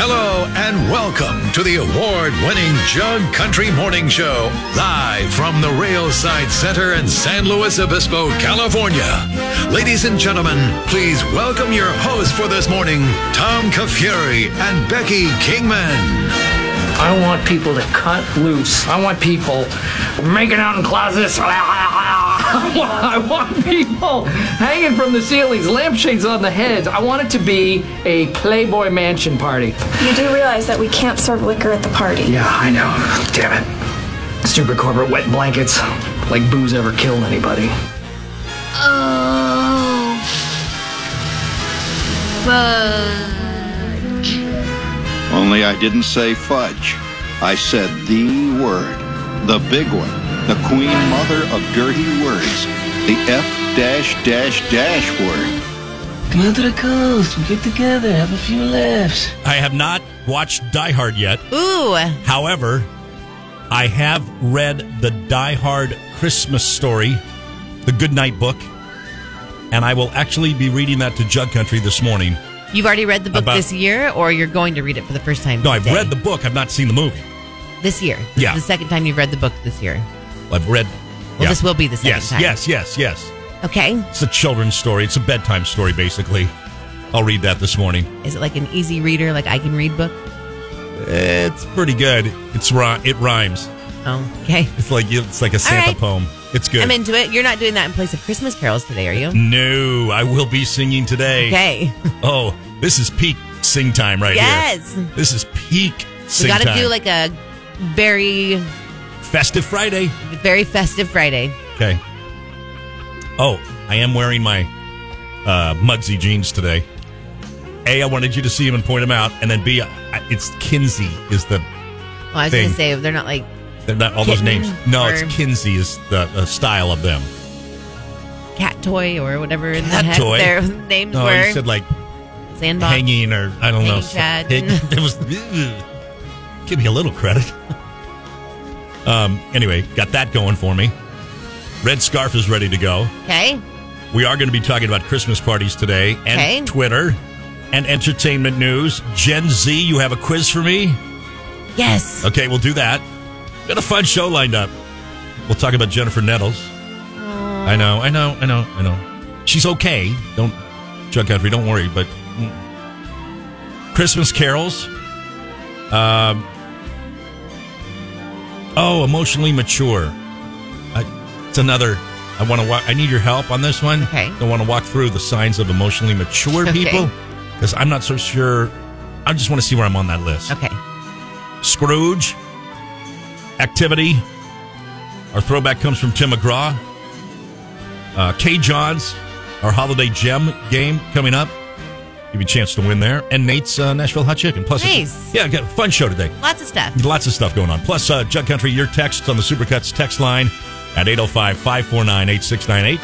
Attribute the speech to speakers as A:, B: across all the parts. A: Hello and welcome to the award winning Jug Country Morning Show, live from the Railside Center in San Luis Obispo, California. Ladies and gentlemen, please welcome your hosts for this morning, Tom Kafuri and Becky Kingman.
B: I want people to cut loose. I want people making out in closets. I want- I want people hanging from the ceilings, lampshades on the heads. I want it to be a Playboy Mansion party.
C: You do realize that we can't serve liquor at the party.
B: Yeah, I know. Damn it. Stupid corporate wet blankets. Like booze ever killed anybody.
D: Oh. Fuck.
E: Only I didn't say fudge. I said the word, the big one, the queen mother of dirty words, the F dash dash dash word.
F: Come out to the coast. We get together, have a few laughs.
G: I have not watched Die Hard yet.
H: Ooh,
G: However, I have read the Die Hard Christmas story, the Goodnight book, and I will actually be reading that to Jug Country this morning.
H: you've already read the book
G: About-
H: this year, or you're going to read it for the first time?
G: No, I've
H: today?
G: read the book. I've not seen the movie.
H: this year. This
G: Yeah.
H: is the second time you've read the book this year.
G: I've read.
H: Well, this will be the second
G: yes,
H: time.
G: Yes, yes, yes,
H: Okay,
G: It's a children's story. It's a bedtime story, basically. I'll read that this morning.
H: is it like an easy reader, like I can read book?
G: It's pretty good. It's ri- It rhymes.
H: Oh, okay.
G: It's like it's like a Santa
H: right.
G: poem. It's good.
H: I'm into it. You're not doing that in place of Christmas carols today, are you?
G: no, I will be singing today.
H: Okay,
G: Oh, this is peak sing time right
H: Yes.
G: here. This is peak
H: we
G: sing
H: got to
G: time.
H: do like a very,
G: Festive Friday.
H: very festive Friday.
G: Okay. Oh, I am wearing my uh, Mugsy jeans today. A, I wanted you to see them and point them out, and then B, I- it's Kinsey is the
H: Well, I was
G: Thing.
H: gonna say they're not like
G: they're not all those
H: Kitten
G: names. No,
H: or-
G: it's Kinsey is the uh, style of them.
H: cat toy or whatever in
G: Cat
H: the heck
G: toy?
H: their names
G: No,
H: were.
G: you said like
H: Sandbox.
G: hanging or I don't know.
H: Hanging Chad.
G: It, it was. give me a little credit. Um. Anyway, got that going for me. Red scarf is ready to go.
H: Okay,
G: We are going to be talking about Christmas parties today and
H: Okay.
G: Twitter and entertainment news. Gen Z, you have a quiz for me?
H: yes.
G: Okay, we'll do that. Got a fun show lined up. We'll talk about Jennifer Nettles. I know, I know, I know, I know. She's okay. Don't, Jug Country, don't worry. But mm. Christmas carols. Um, oh, emotionally mature. I, it's another. I want to. Wa- I need your help on this one.
H: Okay.
G: I want to walk through the signs of emotionally mature
H: Okay.
G: people because I'm not so sure. I just want to see where I'm on that list.
H: Okay.
G: Scrooge, Activity. Our throwback comes from Tim McGraw. Uh, K. John's, our holiday gem game coming up. Give you a chance to win there. And Nate's uh, Nashville Hot Chicken. Plus,
H: Nice.
G: yeah, got a fun show today.
H: Lots of stuff.
G: Lots of stuff going on. Plus, uh, Jug Country, your texts on the Supercuts text line at 805 549 8698.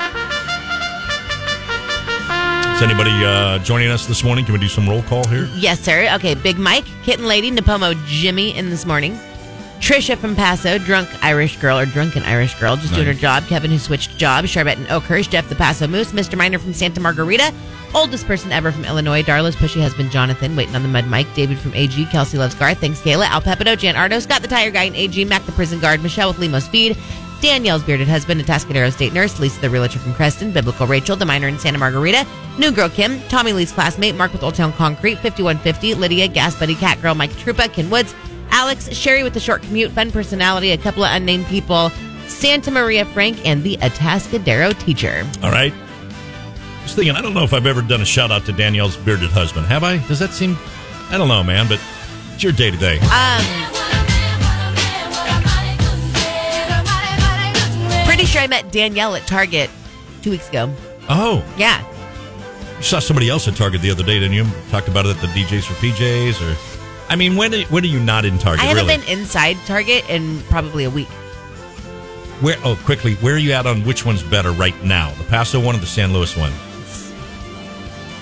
G: Is anybody uh, joining us this morning? Can we do some roll call here?
H: Yes, sir. Okay, Big Mike, Kitten Lady, Napomo Jimmy in this morning. Trisha from Paso, drunk Irish girl or drunken Irish girl, just doing her
G: Nice.
H: job. Kevin who switched jobs, Charbet and Oakhurst, Jeff the Paso Moose, Mr. Miner from Santa Margarita, oldest person ever from Illinois, Darla's pushy husband Jonathan, waiting on the mud Mike, David from AG, Kelsey loves Garth, thanks Kayla, Al Pepito, Jan Ardo, Scott the tire guy in AG, Mac the prison guard, Michelle with Limo Speed, Danielle's bearded husband, a Atascadero State nurse, Lisa the realtor from Creston, Biblical Rachel, the miner in Santa Margarita, New Girl Kim, Tommy Lee's classmate, Mark with Old Town Concrete, 5150, Lydia, Gas Buddy, Cat Girl, Mike Trupa, Ken Woods, Alex, Sherry with the short commute, fun personality, a couple of unnamed people, Santa Maria Frank, and the Atascadero teacher.
G: All right. Just thinking, I don't know if I've ever done a shout out to Danielle's bearded husband. Have I? Does that seem? I don't know, man. But it's your day to day.
H: Um, Pretty sure I met Danielle at Target two weeks ago.
G: Oh,
H: Yeah.
G: you saw somebody else at Target the other day, didn't you? Talked about it at the DJs for PJs, or I mean, when are, when are you not in Target?
H: I haven't
G: really?
H: been inside Target in probably a week.
G: Where? Oh, quickly. Where are you at on which one's better right now? The Paso one or the San Luis one?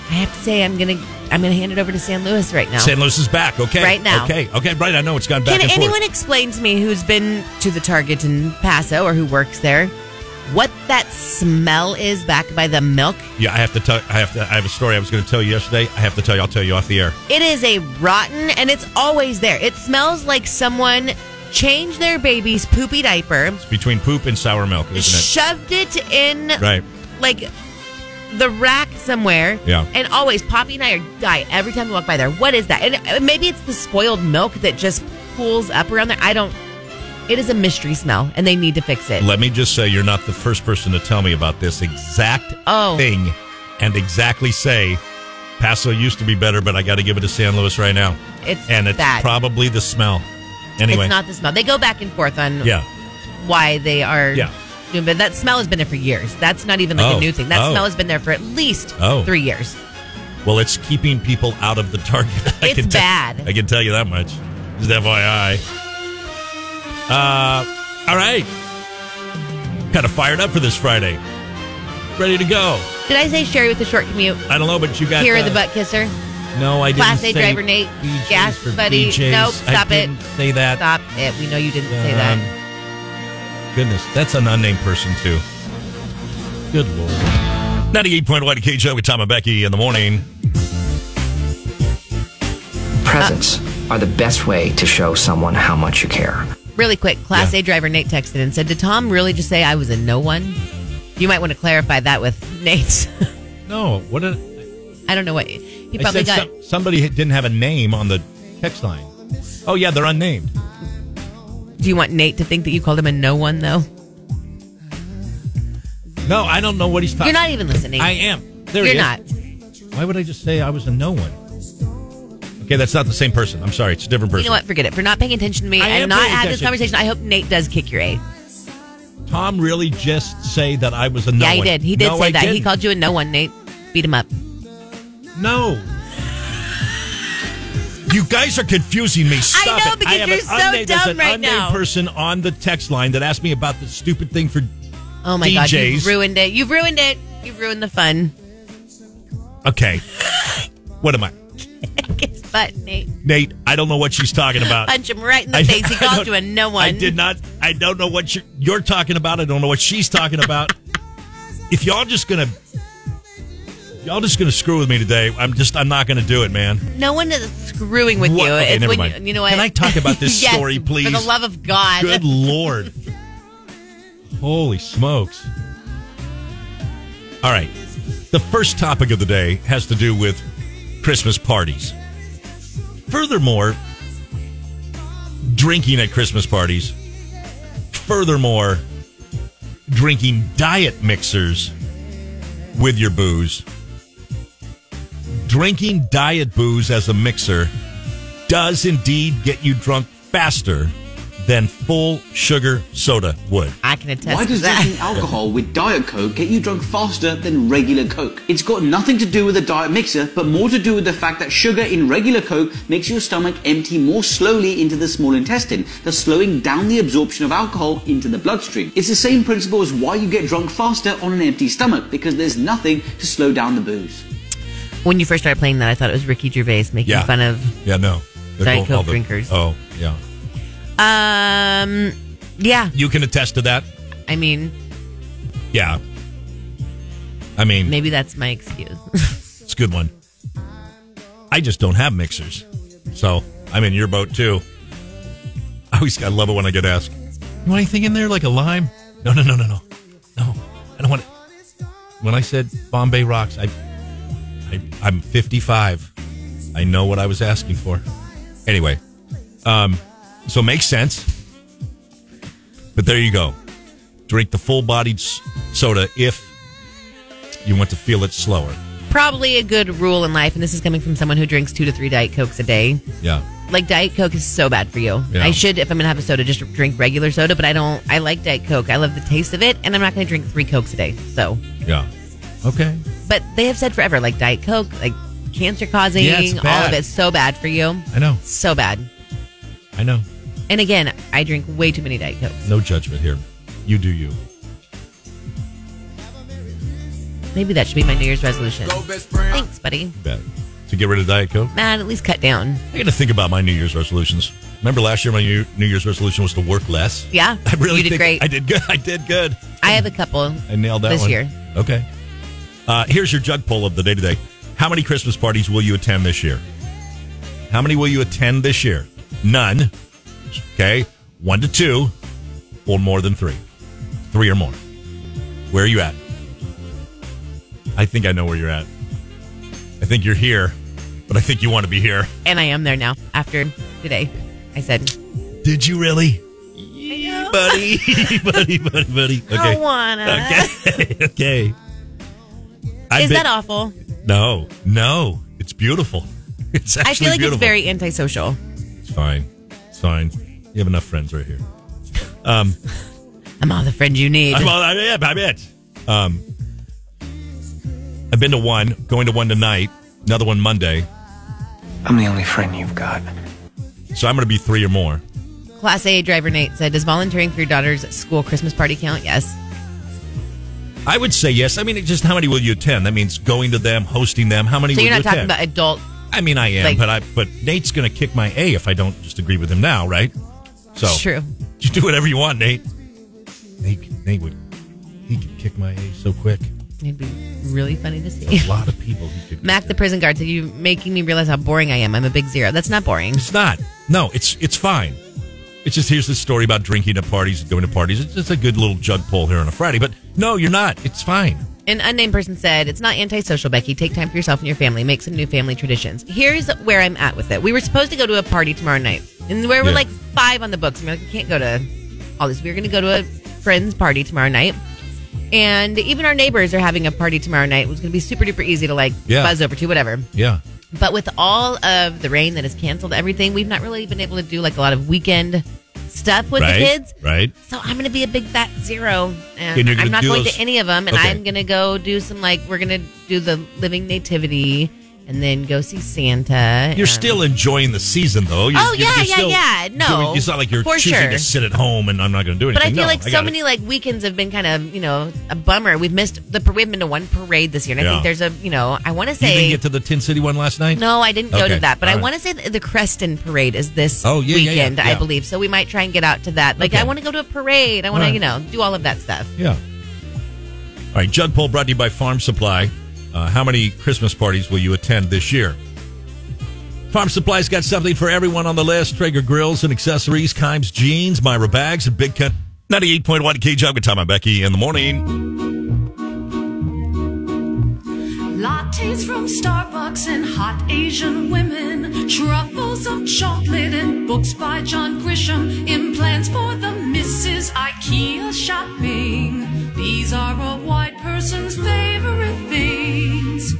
H: I have to say, I'm gonna I'm gonna hand it over to San Luis right now.
G: San Luis is back. Okay.
H: Right now.
G: Okay. Okay. Right. I know it's gone back
H: Can
G: and
H: anyone
G: forth.
H: explain to me who's been to the Target in Paso or who works there what that smell is back by the milk?
G: Yeah, I have to tell. I have to. I have a story I was going to tell you yesterday. I have to tell you. I'll tell you off the air.
H: It is a rotten, and it's always there. It smells like someone changed their baby's poopy diaper,
G: Between poop and sour milk, isn't
H: shoved it in
G: it? Right.
H: like the rack somewhere.
G: Yeah.
H: And always, Poppy and I are die every time we walk by there. What is that? And uh, maybe it's the spoiled milk that just pools up around there. I don't. It is a mystery smell, and they need to fix it.
G: Let me just say, you're not the first person to tell me about this exact
H: Oh.
G: thing, and exactly say, Paso used to be better, but I got to give it to San Luis right now.
H: It's
G: and it's
H: bad.
G: probably the smell. Anyway,
H: It's not the smell. They go back and forth on
G: yeah,
H: why they are.
G: Yeah.
H: Doing, but that smell has been there for years. That's not even like
G: Oh.
H: a new thing. That
G: Oh.
H: smell has been there for at least
G: Oh.
H: three years.
G: Well, it's keeping people out of the target. I
H: It's
G: can te-
H: bad.
G: I can tell you that much. Just FYI. Uh, all right. Kind of fired up for this Friday. Ready to go.
H: Did I say Sherry with the short commute?
G: I don't know, but you got
H: Here
G: uh,
H: the butt kisser.
G: No, I didn't.
H: Class A
G: say
H: driver Nate,
G: BJ's
H: gas
G: for
H: buddy.
G: BJ's.
H: Nope,
G: I
H: stop it.
G: didn't Say that.
H: Stop it. We know you didn't say that.
G: Um, Goodness, that's an unnamed person too. Good lord. Ninety-eight point one KJ with Tom and Becky in the morning.
B: Presents are the best way to show someone how much you care.
H: Really quick, Class
G: Yeah.
H: A driver Nate texted and said, Did Tom really just say I was a no one? You might want to clarify that with Nate.
G: No, what did
H: I don't know what. He
G: I
H: probably got.
G: said some- somebody didn't have a name on the text line. Oh yeah, they're unnamed.
H: do you want Nate to think that you called him a no one, though?
G: No, I don't know what he's talking.
H: You're not even listening.
G: I am. There
H: You're
G: he is.
H: not.
G: Why would I just say I was a no one? Okay, that's not the same person. I'm sorry, it's a different person.
H: You know what? Forget it. For not paying attention to me
G: I am
H: and not
G: paying
H: have this
G: attention.
H: conversation, I hope Nate does kick your eight.
G: Tom really just say that I was a no
H: yeah,
G: one.
H: he did. He did
G: No,
H: say
G: I
H: that. He
G: didn't.
H: called you a no one, Nate. Beat him up.
G: No. You guys are confusing me. Stop
H: know,
G: it.
H: because
G: have
H: you're
G: an
H: so
G: unnamed, there's
H: dumb
G: an
H: right
G: unnamed
H: now.
G: person on the text line that asked me about the stupid thing for.
H: Oh my god,
G: DJs.
H: you've ruined it. You've ruined it. You've ruined the fun.
G: Okay. what am I?
H: Kiss butt, Nate.
G: Nate, I don't know what she's talking about.
H: Punch him right in the
G: Uh, I-
H: face. He
G: I
H: called
G: don't-
H: you a no one.
G: I did not. I don't know what you're, you're talking about. I don't know what she's talking about. if y'all just gonna, y'all just gonna screw with me today. I'm just. I'm not gonna do it, man.
H: No one is screwing with
G: What?
H: you.
G: Okay,
H: it's
G: never
H: when
G: mind.
H: You, you know what?
G: Can I talk about this
H: Yes,
G: story, please?
H: For the love of God.
G: Good lord. Holy smokes. All right. The first topic of the day has to do with Christmas parties. Furthermore, drinking at Christmas parties. Furthermore, drinking diet mixers with your booze. Drinking diet booze as a mixer does indeed get you drunk faster than full sugar soda would.
H: I can attest
D: Why
H: to
D: does
H: that.
D: drinking alcohol with Diet Coke get you drunk faster than regular Coke? It's got nothing to do with the diet mixer, but more to do with the fact that sugar in regular Coke makes your stomach empty more slowly into the small intestine, thus slowing down the absorption of alcohol into the bloodstream. It's the same principle as why you get drunk faster on an empty stomach, because there's nothing to slow down the booze.
H: When you first started playing that, I thought it was Ricky Gervais making fun of.
G: Yeah, no. They're
H: Diet
G: called
H: Coke
G: all the-
H: drinkers.
G: Oh, yeah.
H: Um, yeah.
G: You can attest to that?
H: I mean,
G: Yeah. I mean,
H: maybe that's my excuse.
G: it's a good one. I just don't have mixers. So I'm in your boat too. I always I love it when I get asked. You want anything in there like a lime? No, no, no, no, no. No. I don't want it. When I said Bombay rocks, I, I I'm 55. I know what I was asking for. Anyway, um, so makes sense. But there you go. Drink the full-bodied s- soda if you want to feel it slower.
H: Probably a good rule in life, and this is coming from someone who drinks two to three Diet Cokes a day.
G: Yeah.
H: Like Diet Coke is so bad for you.
G: Yeah.
H: I should, if I'm gonna have a soda, just drink regular soda. But I don't. I like Diet Coke. I love the taste of it, and I'm not gonna drink three Cokes a day. So
G: Yeah. Okay.
H: but they have said forever, like Diet Coke, like cancer causing,
G: Yeah, it's
H: all of
G: bad.
H: it's so bad for you.
G: I know.
H: So bad.
G: I know.
H: And again, I drink way too many Diet Cokes.
G: No judgment here. You do you.
H: Maybe that should be my New Year's resolution. Thanks, buddy.
G: Bet. To get rid of Diet Coke?
H: Man, at least cut down.
G: I got to think about my New Year's resolutions. Remember last year, my New New Year's resolution was to work less.
H: Yeah,
G: I really
H: you did
G: think
H: great.
G: I did good. I did good.
H: I have a couple.
G: I nailed that
H: this
G: one.
H: year.
G: Okay. Uh, here's your jug poll of the day today. How many Christmas parties will you attend this year? How many will you attend this year? None. Okay. One to two, or more than three. Three or more. Where are you at? I think I know where you're at. I think you're here, but I think you want to be here.
H: And I am there now after today. I said,
G: Did you really? Yeah, buddy, buddy, buddy, buddy. Okay.
H: I wanna.
G: Okay. okay. I
H: Is
G: bet-
H: that awful?
G: No, no. It's beautiful. It's actually
H: I feel like
G: beautiful.
H: it's very antisocial.
G: It's fine. It's fine. You have enough friends right here. Um,
H: I'm all the friend you need.
G: I'm all, I'm it. I'm it. Um, I've been to one, going to one tonight, another one Monday.
F: I'm the only friend you've got.
G: So I'm going to be three or more.
H: Class A driver Nate said, "Does volunteering for your daughter's school Christmas party count?" Yes.
G: I would say yes. I mean, it's just how many will you attend? That means going to them, hosting them. How many
H: So
G: will
H: you're
G: you
H: not talking
G: attend?
H: about adult.
G: I mean, I am,
H: Like-
G: but I but Nate's going to kick my A if I don't just agree with him now, right? So
H: It's true.
G: You do whatever you want, Nate. Nate, Nate would he could kick my A so quick.
H: It'd be really funny to see.
G: A lot of people he could.
H: Mac, the prison guard, said, "You making me realize how boring I am. I'm a big zero. That's not boring.
G: It's not. No, it's it's fine. It's just here's the story about drinking at parties and going to parties. It's just a good little jug pull here on a Friday. But no, you're not. It's fine.
H: An unnamed person said, It's not antisocial, Becky. Take time for yourself and your family. Make some new family traditions. Here's where I'm at with it. We were supposed to go to a party tomorrow night, and where we're
G: Yeah.
H: like five on the books. And we're like, We can't go to all this. We are going to go to a friend's party tomorrow night. And even our neighbors are having a party tomorrow night. It was going to be super duper easy to like
G: Yeah.
H: buzz over to, whatever.
G: Yeah.
H: But with all of the rain that has canceled everything, we've not really been able to do like a lot of weekend stuff with
G: right.
H: the kids.
G: Right.
H: So I'm going to be a big fat zero, and,
G: And you're gonna
H: I'm not
G: do
H: going
G: those-
H: to any of them. And
G: Okay.
H: I'm going to go do some like we're going to do the Living Nativity, and then go see Santa.
G: You're still enjoying the season, though. You're,
H: Oh,
G: you're-
H: yeah,
G: you're
H: yeah,
G: still
H: yeah. No,
G: doing- it's not like you're
H: for
G: choosing
H: sure.
G: to sit at home and I'm not going to do anything.
H: But I feel
G: No,
H: like so
G: got it.
H: many like weekends have been kind of you know a bummer. We've missed the we haven't been to one parade this year, and I
G: Yeah.
H: think there's a you know I want to
G: You
H: say
G: didn't get to the Tin City one last night.
H: no, I didn't go
G: Okay,
H: to that, but
G: all
H: I
G: right.
H: want to say that the Creston Parade is this
G: Oh, yeah, yeah, yeah,
H: weekend,
G: yeah.
H: I believe. So we might try and get out to that. Like
G: Okay.
H: I want to go to a parade. I want
G: All
H: to
G: right.
H: you know do all of that stuff.
G: Yeah. All right, Jug Poll brought to you by Farm Supply. Uh, how many Christmas parties will you attend this year? Farm Supply's got something for everyone on the list. Traeger grills and accessories, Kimes jeans, Myra bags, and Big Cut. 98.1 K Jug. Good time, I'm Becky in the morning.
I: Lattes from Starbucks and hot Asian women, truffles of chocolate and books by John Grisham, implants for the Mrs. IKEA shopping. These are a white person's favorite things.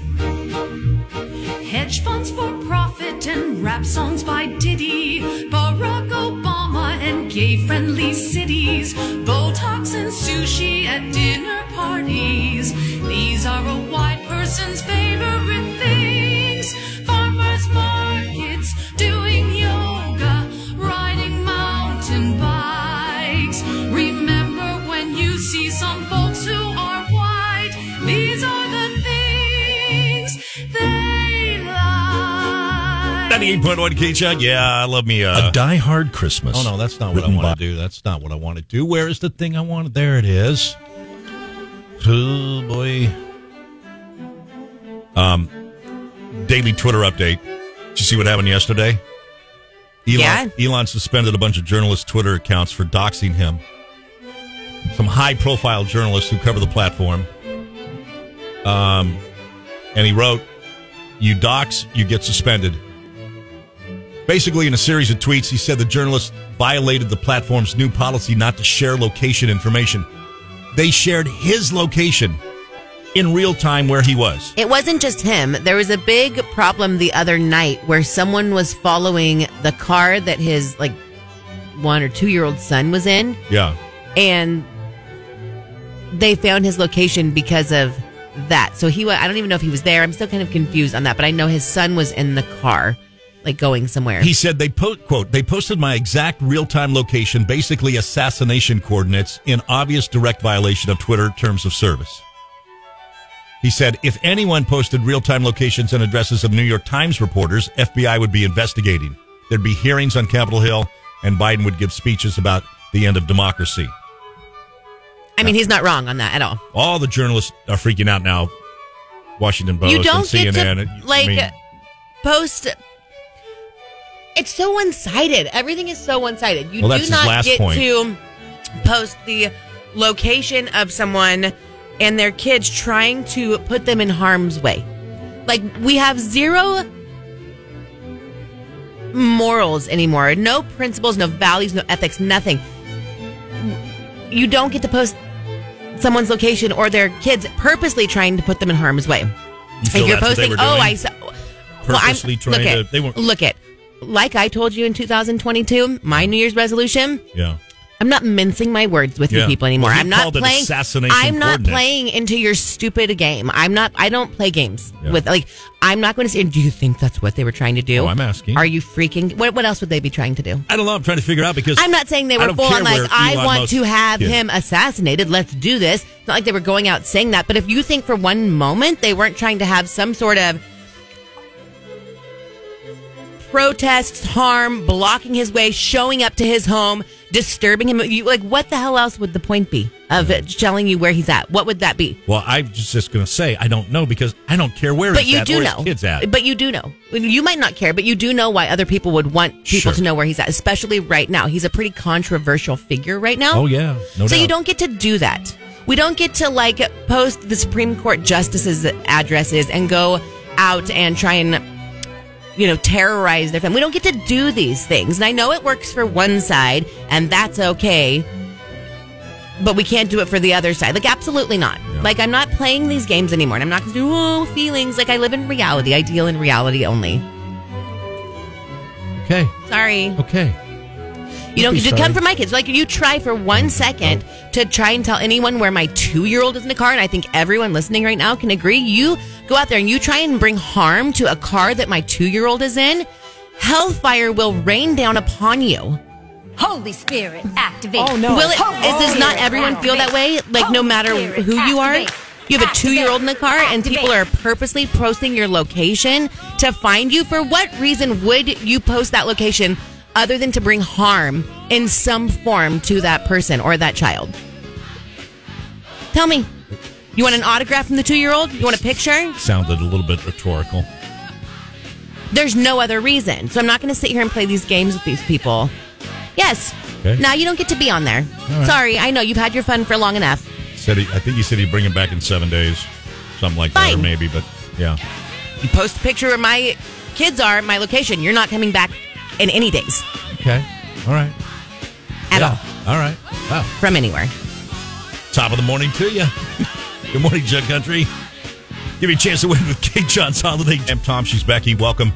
I: Hedge funds for profit and rap songs by Diddy, Barack Obama and gay friendly cities, Botox and sushi at dinner parties. These are a white person's favorite things. Farmers markets, doing yoga, riding mountain bikes. Remember when you see some folks who are white, these are the things they like.
G: 98.1 K Jug. Yeah, I love me. Uh,
A: Die Hard Christmas.
G: oh, no, that's not what I
A: Written
G: want
A: by-
G: to do. That's not what I want to do. Where is the thing I wanted? There it is. Oh, boy. Um, daily Twitter update. Did you see what happened yesterday? Elon,
H: Yeah.
G: Elon suspended a bunch of journalists' Twitter accounts for doxing him. Some high profile journalists who cover the platform. Um, and he wrote, You dox, you get suspended. Basically, in a series of tweets, he said the journalist violated the platform's new policy not to share location information. They shared his location in real time where he was.
H: It wasn't just him. There was a big problem the other night where someone was following the car that his like one or two year old son was in,
G: Yeah.
H: and they found his location because of that. So he, wa- I don't even know if he was there. I'm still kind of confused on that, but I know his son was in the car. like going somewhere.
G: He said they po- quote they posted my exact real time location, basically assassination coordinates, in obvious direct violation of Twitter terms of service. He said if anyone posted real time locations and addresses of New York Times reporters, FBI would be investigating. There'd be hearings on Capitol Hill, and Biden would give speeches about the end of democracy.
H: I mean, he's not wrong on that at all.
G: All the journalists are freaking out now. Washington Post
H: you don't
G: and CNN.
H: get
G: I
H: to like
G: mean-
H: post. It's so one sided. Everything is so one sided. You
G: Well, that's
H: do
G: his
H: not
G: last
H: get
G: point.
H: to post the location of someone and their kids trying to put them in harm's way. Like we have zero morals anymore. No principles, no values, no ethics, nothing. You don't get to post someone's location or their kids purposely trying to put them in harm's way.
G: You feel
H: If you're
G: that's what they
H: posting,
G: were
H: oh,
G: doing?
H: I saw.
G: Purposely trying
H: look
G: to-
H: It,
G: they weren't-
H: Look it. Like I told you in 2022, my New Year's resolution.
G: Yeah.
H: I'm not mincing my words with
G: Yeah.
H: you people anymore.
G: Well, he
H: I'm not
G: called it
H: playing.
G: assassination
H: I'm not
G: coordinates.
H: playing into your stupid game. I'm not. I don't play games
G: Yeah.
H: with like. I'm not going to say. Do you think that's what they were trying to do?
G: Oh, I'm asking.
H: Are you freaking? What, what else would they be trying to do?
G: I don't know. I'm trying to figure out because
H: I'm not saying they
G: I
H: were
G: don't
H: full
G: care
H: on like
G: where
H: I
G: Elon
H: want
G: Musk
H: to have
G: is.
H: him assassinated. Let's do this. It's not like they were going out saying that, but if you think for one moment they weren't trying to have some sort of protests, harm, blocking his way, showing up to his home, disturbing him, you, like what the hell else would the point be of it telling you where he's at? What would that be?
G: Well, I'm just, just going to say I don't know because I don't care where
H: But
G: he's
H: you
G: at
H: do
G: or his
H: know.
G: kids at.
H: But you do know. You might not care, but you do know why other people would want people
G: Sure.
H: to know where he's at, especially right now. He's a pretty controversial figure right now.
G: oh yeah, no doubt.
H: so you don't get to do that. We don't get to like post the Supreme Court justices' addresses and go out and try and you know terrorize their family. We don't get to do these things, and I know it works for one side, and that's okay. But we can't do it for the other side. Like, absolutely not. Like, I'm not playing these games anymore, and I'm not going to do oh, feelings. Like, I live in reality. I deal in reality only.
G: Okay,
H: Sorry.
G: okay.
H: You don't
G: be
H: get to
G: sorry.
H: come for my kids. Like you try for one second to try and tell anyone where my two year old is in a car, and I think everyone listening right now can agree. You go out there and you try and bring harm to a car that my two year old is in. Hellfire will rain down upon you.
I: Holy Spirit, activate. Oh
H: Will it? Is, does not everyone feel that way? Like no matter who you are, you have a two year old in the car, and people are purposely posting your location to find you. For what reason would you post that location other than to bring harm in some form to that person or that child? Tell me. You want an autograph from the two year old? You want a picture?
G: Sounded a little bit rhetorical.
H: There's no other reason. So I'm not going to sit here and play these games with these people. Yes.
G: Okay.
H: Now you don't get to be on there.
G: right.
H: Sorry, I know you've had your fun for long enough.
G: Said he, I think he said he'd bring him back in seven days, something like that, or
H: Fine.
G: maybe. But yeah,
H: You post a picture where my kids are, my location. You're not coming back in any days
G: okay, all right,
H: at
G: Yeah.
H: all
G: all right. Wow.
H: from anywhere.
G: Top of the morning to you. Good morning, Jug Country. Give you a chance to win with Kate John's holiday. Jam Tom, she's Becky. Welcome.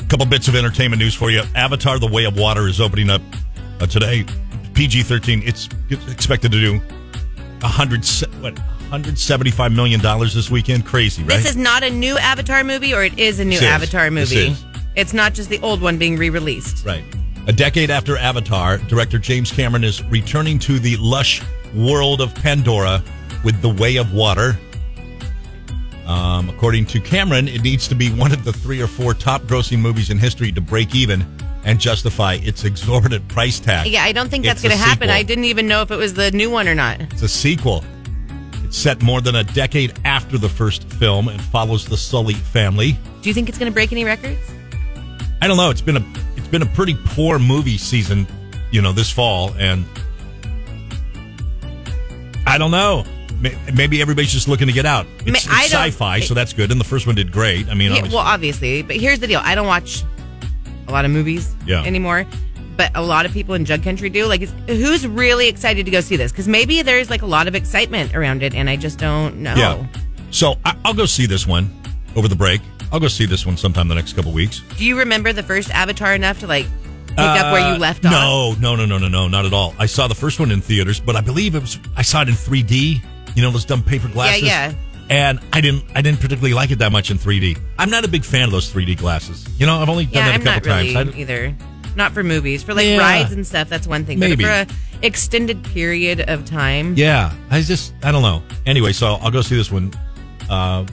G: A couple bits of entertainment news for you. Avatar: The Way of Water is opening up uh, today. PG thirteen. It's expected to do a hundred se- what hundred seventy five million dollars this weekend. Crazy, right?
H: This is not a new Avatar movie, or it is a new
G: This is.
H: Avatar
G: This
H: movie.
G: is.
H: It's not just the old one being re released.
G: Right. A decade after Avatar, director James Cameron is returning to the lush world of Pandora with The Way of Water. Um, according to Cameron, it needs to be one of the three or four top grossing movies in history to break even and justify its exorbitant price tag.
H: Yeah, I don't think that's
G: It's a
H: going to happen.
G: sequel.
H: I didn't even know if it was the new one or not.
G: It's a sequel. It's set more than a decade after the first film and follows the Sully family.
H: Do you think it's going to break any records?
G: I don't know. It's been a it's been a pretty poor movie season, you know, this fall, and I don't know. May- Maybe everybody's just looking to get out. It's,
H: Ma-
G: it's
H: I don't-
G: sci-fi, so that's good. And the first one did great. I mean,
H: Yeah,
G: obviously-
H: well, obviously, but here's the deal: I don't watch a lot of movies
G: Yeah.
H: anymore, but a lot of people in Jug Country do. Like, it's, who's really excited to go see this? Because maybe there's like a lot of excitement around it, and I just don't know.
G: yeah. So I, I'll go see this one over the break. I'll go see this one sometime the next couple weeks.
H: Do you remember the first Avatar enough to like pick up where you left
G: Uh,
H: off?
G: No, no, no, no, no, no, not at all. I saw the first one in theaters, but I believe it was I saw it in 3D. You know those dumb paper glasses.
H: yeah.
G: and I didn't I didn't particularly like it that much in 3D. I'm not a big fan of those 3D glasses. You know, I've only done
H: Yeah,
G: that a
H: I'm not
G: couple
H: really
G: times. I-
H: either. Not for movies, for like
G: Yeah.
H: rides and stuff. That's one thing.
G: Maybe.
H: But for a extended period of time,
G: yeah, I just I don't know. Anyway, so I'll go see this one. Uh,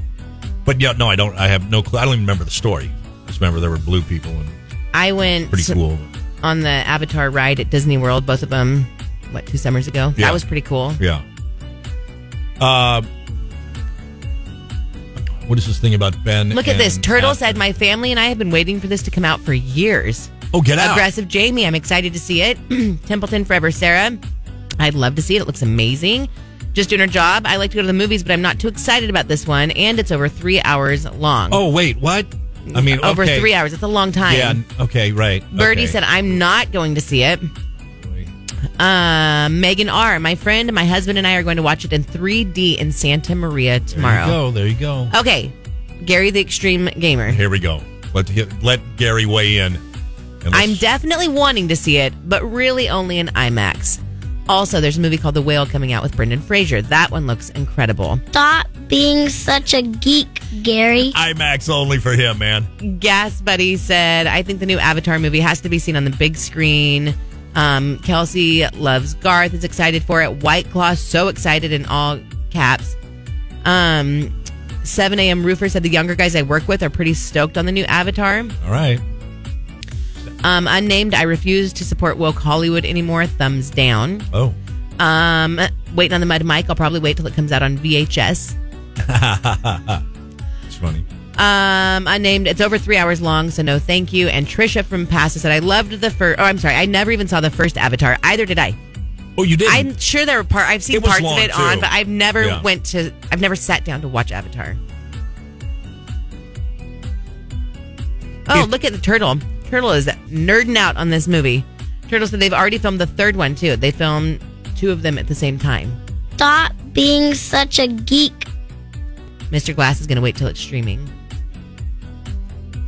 G: but yeah, no, I don't. I have no clue. I don't even remember the story. I just remember there were blue people and
H: I went
G: pretty cool.
H: on the Avatar ride at Disney World, both of them, what two summers ago.
G: Yeah.
H: That was pretty cool.
G: Yeah. Uh, what is this thing about Ben?
H: Look at this.
G: and
H: Turtle
G: Aspen?
H: said, My family and I have been waiting for this to come out for years.
G: "Oh, get out!"
H: Aggressive Jamie. I'm excited to see it. Templeton Forever Sarah. I'd love to see it. It looks amazing. Just doing her job. I like to go to the movies, but I'm not too excited about this one. And it's over three hours long.
G: Oh, wait, what? I mean,
H: over
G: okay.
H: three hours. It's a long time.
G: Yeah. Okay. Right.
H: Birdie
G: okay.
H: said, I'm not going to see it. Um, Megan R., my friend, my husband, and I are going to watch it in 3D in Santa Maria tomorrow.
G: There you go. There you go.
H: Okay. Gary the Extreme Gamer.
G: Here we go. Let let Gary weigh in. And let's-
H: I'm definitely wanting to see it, but really only in IMAX. Also, there's a movie called The Whale coming out with Brendan Fraser. That one looks incredible.
J: Stop being such a geek, Gary.
G: IMAX only for him, man.
H: Gas Buddy said, I think the new Avatar movie has to be seen on the big screen. Um, Kelsey loves Garth, is excited for it. White Claw, so excited in all caps. Um, 7 a.m. Roofer said, The younger guys I work with are pretty stoked on the new Avatar.
G: All right.
H: Um, unnamed, I refuse to support woke Hollywood anymore. Thumbs down.
G: Oh.
H: Um, waiting on the mud mic. I'll probably wait till it comes out on VHS.
G: It's funny.
H: Um, unnamed. It's over three hours long, so no thank you. And Trisha from Pasta said, "I loved the first. Oh, I'm sorry, I never even saw the first Avatar. Either did I.
G: Oh, you did.
H: I'm sure there were part. I've seen
G: It was
H: parts of
G: long,
H: it on,
G: too.
H: but I've never
G: Yeah.
H: went to. I've never sat down to watch Avatar. Oh,
G: If-
H: look at the turtle. Turtle is nerding out on this movie. Turtle said they've already filmed the third one too. They filmed two of them at the same time.
J: Stop being such a geek.
H: Mr. Glass is going to wait till it's streaming.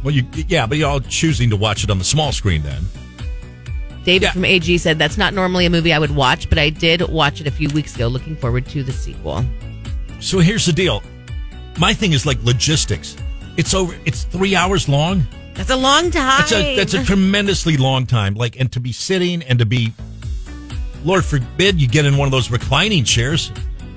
G: Well, you yeah, but y'all choosing to watch it on the small screen then.
H: David
G: Yeah.
H: from AG said that's not normally a movie I would watch, but I did watch it a few weeks ago. Looking forward to the sequel.
G: So here's the deal. My thing is like logistics. It's over. It's three hours long.
H: That's a long time.
G: That's a that's a tremendously long time. Like, and to be sitting and to be, Lord forbid, you get in one of those reclining chairs.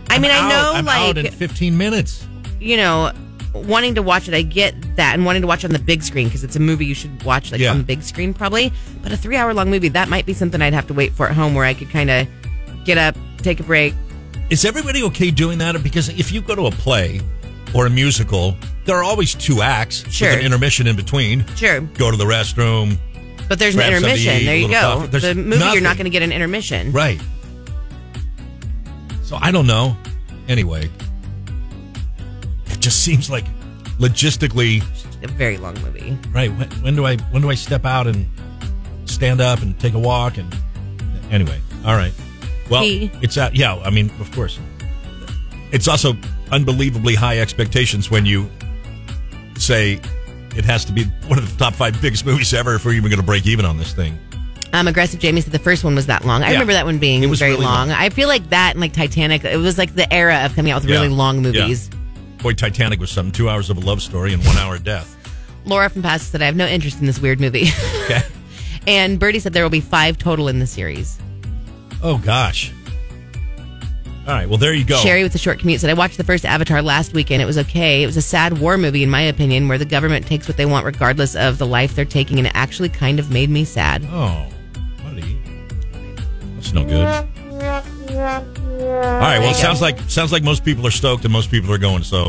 H: I mean,
G: I'm
H: I
G: out-
H: know,
G: I'm out in
H: like
G: 15 minutes.
H: you know, wanting to watch it. I get that, and wanting to watch it on the big screen because it's a movie you should watch like
G: Yeah.
H: on the big screen probably. But a three-hour-long movie that might be something I'd have to wait for at home, where I could kind of get up, take a break.
G: Is everybody okay doing that? Because if you go to a play or a musical, there are always two acts
H: Sure.
G: with an intermission in between.
H: Sure,
G: Go to the restroom.
H: but there's an
G: Grab something to eat,
H: intermission. There
G: a
H: you
G: little
H: go.
G: coffee. There's
H: The movie you're
G: nothing.
H: not going to get an intermission.
G: Right. So I don't know. Anyway, it just seems like logistically,
H: A very long movie.
G: right? When, when do I when do I step out and stand up and take a walk and anyway? All right. Well,
H: Hey.
G: it's out. Yeah, I mean, of course. It's also unbelievably high expectations when you say it has to be one of the top five biggest movies ever if we're even going to break even on this thing.
H: Um, aggressive Jamie said the first one was that long. I
G: Yeah.
H: remember that one being
G: It was
H: very
G: really
H: long.
G: long.
H: I feel like that and like Titanic. It was like the era of coming out with
G: Yeah.
H: really long
G: Yeah.
H: movies.
G: Boy, Titanic was something. Two hours of a love story and one hour of death.
H: Laura from Past said I have no interest in this weird movie.
G: Okay.
H: and Birdie said there will be five total in the series.
G: Oh gosh. All right. Well, there you go.
H: Sherry with the short commute said I watched the first Avatar last weekend. It was okay. It was a sad war movie in my opinion, where the government takes what they want regardless of the life they're taking, and it actually kind of made me sad.
G: Oh, buddy, that's no good. All right. Well, it sounds like sounds like most people are stoked and most people are going. So.